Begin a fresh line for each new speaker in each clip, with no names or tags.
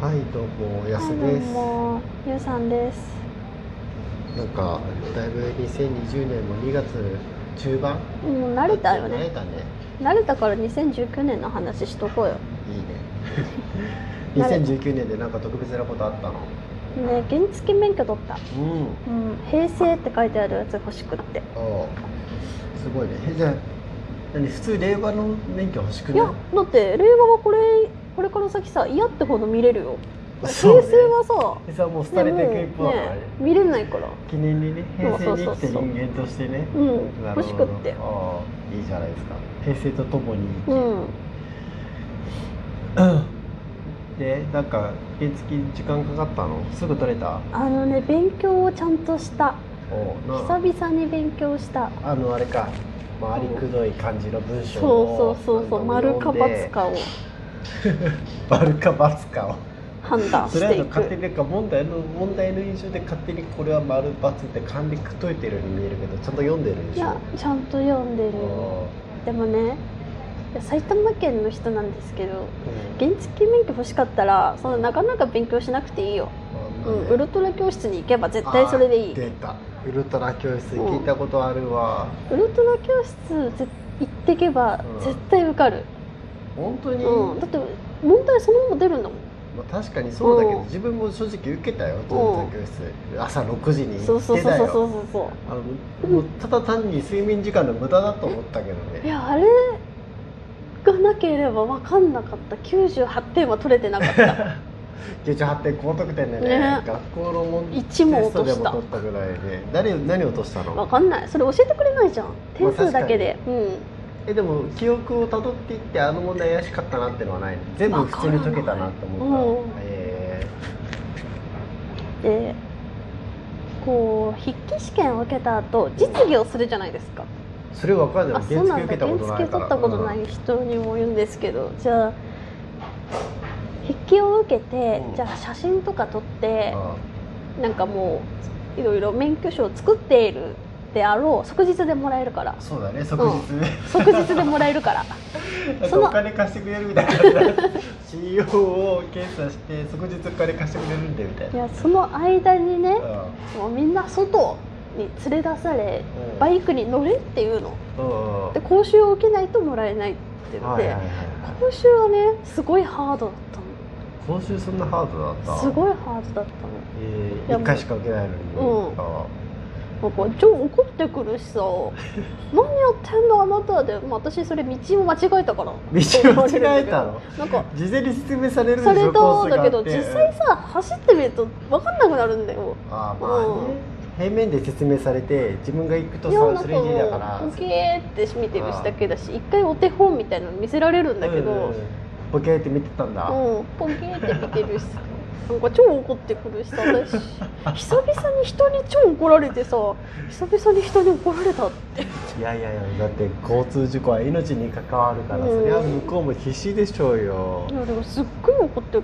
はい、どうも、やす
はい、どう
です。
も、ゆうさんです。
なんか、だいぶ2020年も2月中盤。
もう慣れたよ
慣れ
ね。
たね。
慣れたから2019年の話しとこうよ。
いいね。
慣れ
2019年でなんか特別なことあったの。
ね、原付免許取った。
うん。
うん、平成って書いてあるやつ欲しくなって。
ああ。すごいね。え、じゃあ。何、普通令和の免許欲しく
い
ない
や、だって令和はこれこれから先さ、嫌ってほど見れるよ。平成
そうね
は
え、さ、もう
さ、
廃れていく一方だからね。
ね見れないから。
記念にね、平成に生きて
そうそうそうそう
人間としてね。
うん、
なる
欲し
ほ
く
ど
って。
ああ、いいじゃないですか。平成とともに生き。
うん、
でなんか原付時間かかったのすぐ取れた
あのね、勉強をちゃんとした。
おうな
久々に勉強した。
あのあれか回りくどい感じの文章
そ
を
うそうそうそう、
何度
丸
も
か
読ん
×
で
かを
丸かバツかを
判断
そ
し
れ
て
だ
い
と勝手
く。
になんか問題の問題の印象で勝手にこれは丸バツって勘でくっといてるように見えるけどちゃんと読んでるで
い
し
や
ょ
ちゃんと読んでるよでもね埼玉県の人なんですけど原付免許欲しかったらそのなかなか勉強しなくていいよ、う
うんん
ウルトラ教室に行けば絶対それでいい
出たウルトラ教室聞いたことあるわ、
ウルトラ教室ぜ行ってけば
うん
絶対受かる、
本当
う
に、
んだって問題そのまま出るんだもん
まあ、確かにそうだけど、
うん
自分も正直受けたよ教室朝6時に
そ
行
うそ
っ
う
て
そ
た
うそう
よ
そうそ
あのもうただ単に睡眠時間の無駄だと思ったけど
うい
ね
やあれがなければ分かんなかった98点は取れてなかった
98点高得点でね
ね
学校の問題テ
一問
ス
落
ト
と
で
し
も
た
取ったぐらいで何何落とした
分
の
かんないそれ教えてくれないじゃん点数だけで、うん
えでも記憶をたどっていってあの問題怪しかったなってのはない全部普通に解けたなって思った
わからないうん
え
でこう筆記試験を受けた後実技をするじゃないですか、
ーそれ分かんない
あそ
原
うな
付
ん
受
だ
けたことない
原付
か
取
ら
ったことない人にも言うんですけど、じゃあ筆記を受けて、
うん
じゃあ写真とか撮って
うん、うん
なんかもういろいろ免許証を作っているであろう即日でもらえるから
そうだね即日、
即日でもらえるか ら
なんか
その
お金貸してくれるみ たいな CEO を検査して即日お金貸してくれるんだよみたい
い
な
やその間にね
うん
もうみんな外に連れ出され
うん
バイクに乗れっていうの
うんうん
で講習を受けないともらえないって言って、
はいはいはい
講習はねすごいハードだっ
講習そんなハードだった
の
た
す
い、
ごいハードだった
え
いや
ー、1回しか受けないのに、
うん
あ
のなんか超怒ってくるし さ何やってんのあなたで、まあ、私それ道を間違えた
道
から
を間違えたの
なんか
事前に説明されるでし
さ
ょ
れ
コース
たん
が
だ
あ
け
って
ど実際さ走ってみると分かんなくなるんだよ
あーまあね、平面で説明されて自分が行くと
いやなん
さ
か
3D だから
もうウケーって見てるしだけだし一回お手本みたいなの見せられるんだけど、
ボケーって見てたんだ、
うん、ポンキーって見てるしさなんか超怒ってくるしさ 私久々に人に超怒られてさ久々に人に怒られたって
いやいやいやだって交通事故は命に関わるから、
うん
それは向こうも必死でしょうよ
い、やでもすっごい怒って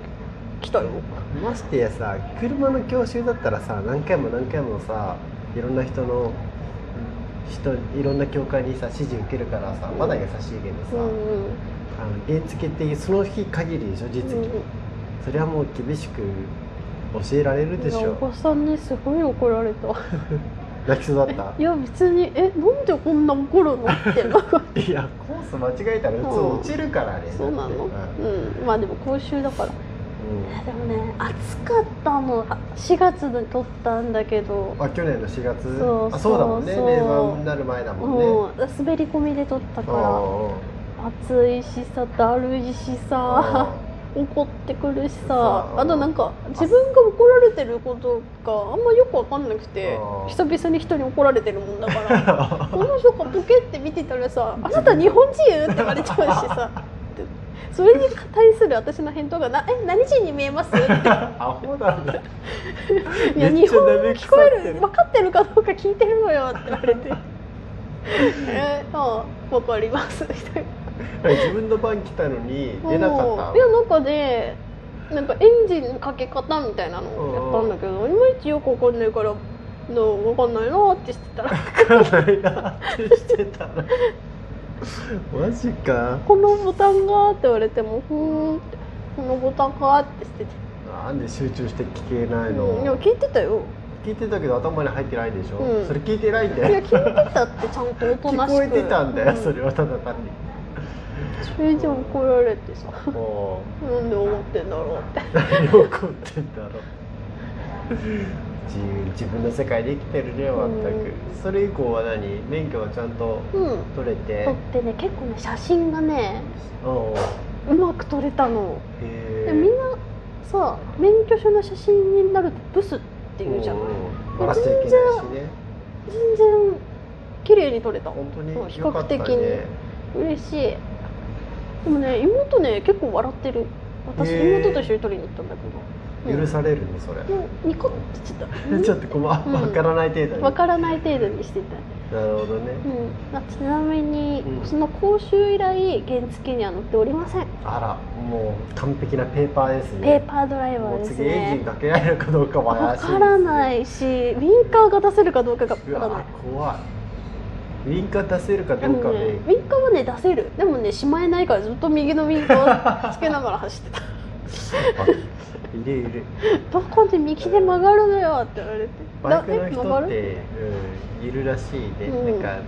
きたよ
ましてやさ車の教習だったらさ何回も何回もさいろんな人の人いろんな教会にさ指示受けるからさまだ優しいけどさ、
うんうん
あの原付ってその日限りでしょ実技、それはもう厳しく教えられるでし
いやお
ょ
子さんにすごい怒られた
泣きそうだった
いや別にえなんでこんな怒るのってなんか
いやコース間違えたら普通落ちるからね、
そうなの
だって
うんまあでも講習だから
うん
いやでもね暑かったの4月に撮ったんだけど
あ去年の4月
そう
あそうだもんね
そう
令和になる前だもんね、
もう滑り込みで撮ったから
あ
暑いしさだるいしさ怒ってくるしさ
さ
あとなんか自分が怒られてることがあんまよく分かんなくて
あー
久々に人に怒られてるもんだか
あ
らこの人がボケって見てた らさ「あなた日本人?」って言われちゃうしさでそれに対する私の返答がな「え何人に見え ます?」って
アホなんだ
い
め
や
っ
日
ちゃ
本語
嘆き
聞
そ
こ
うやって
える分かってるかどうか聞いてるのよって言われて「えー、ああ分かります」みたいな。
自分の番来たのに出なかった
うんいやなんかでなんかエンジンのかけ方みたいなのをやったんだけどいまいちよくわかんないからのわかんないなってしてたら
分かんないなってしてたらマジか
このボタンがって言われてもふーんってこのボタンかってしてて
あなんで集中して聞けないの、
うん、いや聞いてたよ
聞いてたけど頭に入ってないでしょ、
うん
それ聞いてないん
いや
で
聞いてたってちゃんとおと な
聞
しく
こえてたんだよ、
うん
それはただ単 に
それじゃ怒られてさ
も
なんで思ってんだろうって
う何を怒ってんだろう自由自分の世界で生きてるね全く、
うん
それ以降は何免許はちゃんと
うん
取れて、
撮ってね結構ね写真がね
うん
うまく撮れたの
へ
で
え
みんなさ免許証の写真になるとブスっていうじゃ
う
ん
んバラしていけないしね
全然綺麗に撮れた
本当に
そう比
よか
較
った
的
ね
に嬉しいでもね妹ね結構笑ってる私、
へえ
妹と一緒に撮りに行ったんだけど、
許されるねそれ、
うんでニコってちょっと
ちょっとこま
うん
わからない程度に、
分からない程度にしてた、
なるほどね、
うん、あちなみに、
うん
その講習以来原付には乗っておりません
あらもう完璧なペーパーです
ペー
ね
パードライバ
も
ー
う
です
次エンジン
ね
かけられるかどうかも怪
分
しいですね
からないしウィンカーが出せるかどうかが分
う
からな
わ
い
怖いウインカー出せるか
で
ど
も
うか
ね、
で
ウィンカーはね出せるでもねしまえないからずっと右のウィンカー をつけながら走ってた
あいるいる
どこで右で曲がるのよって言われて
バイクの
だえ
人
曲
っ
がる
て、うん、いるらしいね、
うん
なんかい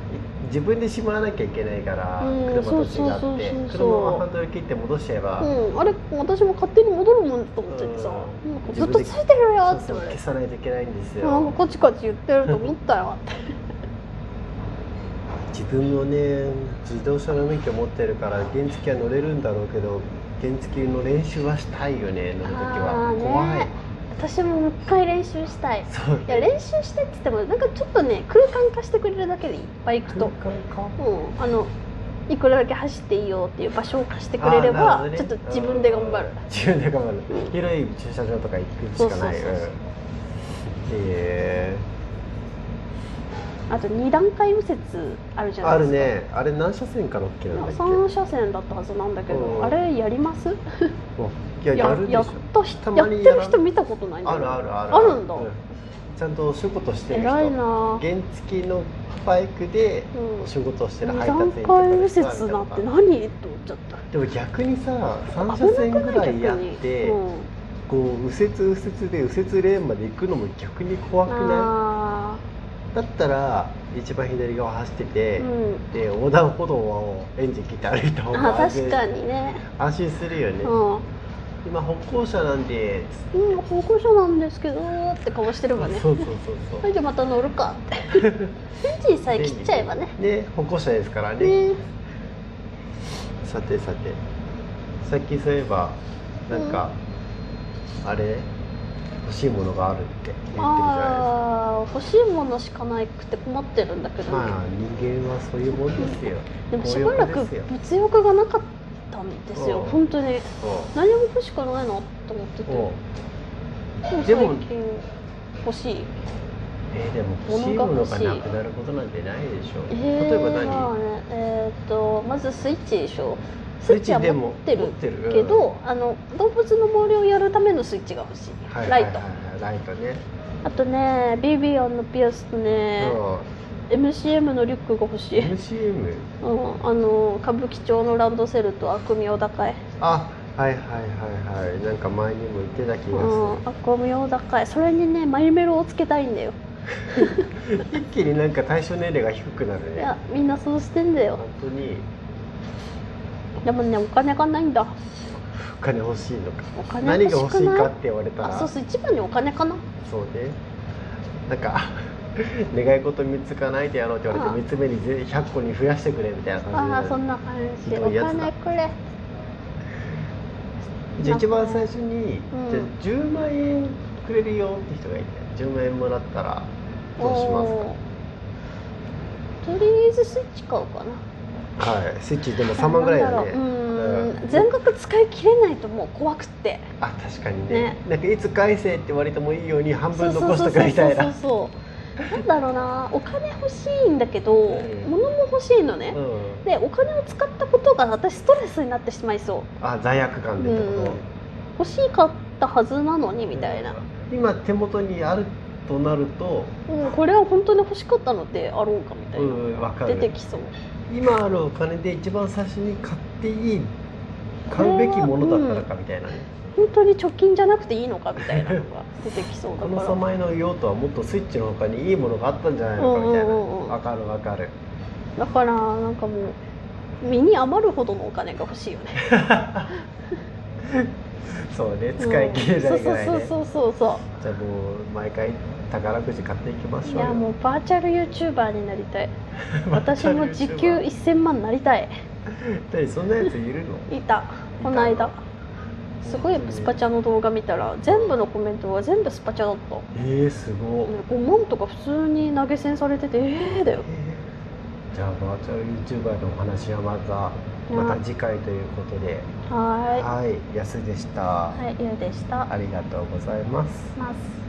自分でしまわなきゃいけないから、
う
車と違っ
ん
て
そうそうそうそう
車はハンドル切って戻しちゃえば、
うん、あれ私も勝手に戻るもんだと思っててさ、
うん
なんかずっとついてるよって
そうそ
言
う
われ
消
て
さないといけないんですよ、
なんかこちこち言ってると思ったよって
自分もね自動車の免許持ってるから原付は乗れるんだろうけど原付の練習はしたいよね乗るとき
あ
は
ーね
怖い
私ももう一回練習したいい
そう
や練習してって言ってもなんかちょっとね空間化してくれるだけでいいバイクと
空間か
うんあのいくらだけ走っていいよっていう場所を貸してくれれ
あーなるほ
ば、
どね
ちょっと自分で頑張る
うん自分で頑張る広い駐車場とか行くしかない
そうそうそうそう
うんへ
あと2段階右折あるじ
え
ゃな
あ
いで
る
すか
ねあれ何車線から OK なんだっけ
3車線だったはずなんだけど、
うん
あれやります
いややるでし
や
ょ
った
た
人や
ま
って
にやら
る人見たことないんだ
あ
よ
るあるある
あるんだ
うちゃんとお仕事してる人
偉いな
原付のバイクで
うん
お仕事してる
2
配達
段
員とか
階右折なんて何と思っちゃった
でも逆にさ3車線ぐらいやって、
うん、
こう右折右折で右折レーンまで行くのも逆に怖くな
あ
いだったら一番左側走ってて、
ー、うん、
で横断歩道をエンジン切って歩いた方
あ
が安
確
全
かにね、
安心するよね、
うん
今歩行者なんで、
うん、歩行者なんですけどって顔してればね
そうそうそうそう
はいじゃあまた乗るかってエンジンさえ切っちゃえばね
ね歩行者ですからね
ね
さてさてさっきそういえばなんか、あれ欲しいものがあるって言ってるじゃ
ああ欲しいものしかなくて困ってるんだけ
ないです
ど、
かまあ人間はそういうもんですよ
でもしば
強
らく
欲ですよ
物欲がなかったんですよ
うん
本当に
そ
何も欲しくないなと思ってて
うおうで
でも
も
最近欲しい
えーでも欲しいもの
物が
が
欲しい
なくなることなんてないでしょ、
え
例えば
ーまあ
何
ねえーっとまずスイッチでしょス
スイ
イッ
ッ
チ
チ
は
で
持っ
も
てる
持ってる
けど、あの動物の森をやるためのスイッチが欲しい,、
はい
ラ
はい
イ
はい
ト
はいライトね、
あとねビビアンのピアスとね、MCM のリュックが欲しい、うん、
うん MCM
あの歌舞伎町のランドセルとアクミオダカイ
あはいはいはいはいなんか前にも言ってた気
う
が
んアクミオダカイそれにねマイメロをつけたいんだよ
する、一気になんか対象年齢が低くなる
い
ね
やみんなそうしてんだよ
本当に
でもねお金がないんだ
お金欲しいのか
お金
何が
欲
欲
しく
しい
ない
かって言われたら
あそうそう一番にお金かな
そうねなんか 願い事3つ叶えてやろうって言われて3つ目にぜ100個に増やしてくれみたいな感じ
ああそん
な
な感
ひ
じお
どいやつだ
金くれ
じゃあ一番最初に、
うん
じゃあ10万円くれるよって人がいて10万円もらったらどうし
お
ま
ーとりあえずスイッチ買おうかな
すかはいスイッチでも3万ぐらいだ
なん
ね
ろううー
うんん
全額使い切れないともう怖くって
あ確かにね
ね
なんかいつ返せって言われてもいいように半分残しとくみたい
そ
な
うそうそうそうそうなんだろうなお金欲しいんだけど、
うん
物も欲しいのね、
うん
でお金を使ったことが私ストレスになってしまいそう
あ罪悪感でってこと、
うん欲しかったはずなのにみたいな、
今手元にあるとなると
うん、これは本当に欲しかったのであろうかみたいな、
うんわか
出
る
てきそう
今あるお金で一番最初に買っていい買うべきものだったのかみたいなね、
本当に貯金じゃなくていいのかみたいなの が出てきそうだ
こ
か
の
ら
さ前の用途はもっとスイッチの他にいいものがあったんじゃないのかみたいな
うんうんうんうん
わかるわかる
だからなんかもう身に余るほどのお金が欲しいよね
そうね 使い切れないぐらいね、
うんそうそうそうそうそ
じゃあもう毎回宝くじ買っていきま
う
しょう
い
よ
やもうバーチャル YouTuber になりたい私も時給
一
1000万なりたい
体そんなやついるの
いたこの間すごいスパチャの動画見たら全部のコメントが全部スパチャだった
えー、すごっ、
5万とか普通に投げ銭されててええー、だよ
じゃあバーチャル YouTuber のお話はまたまた次回ということで
はーい
はい安でした、
はい、ゆうでした。
ありがとうございます
ます。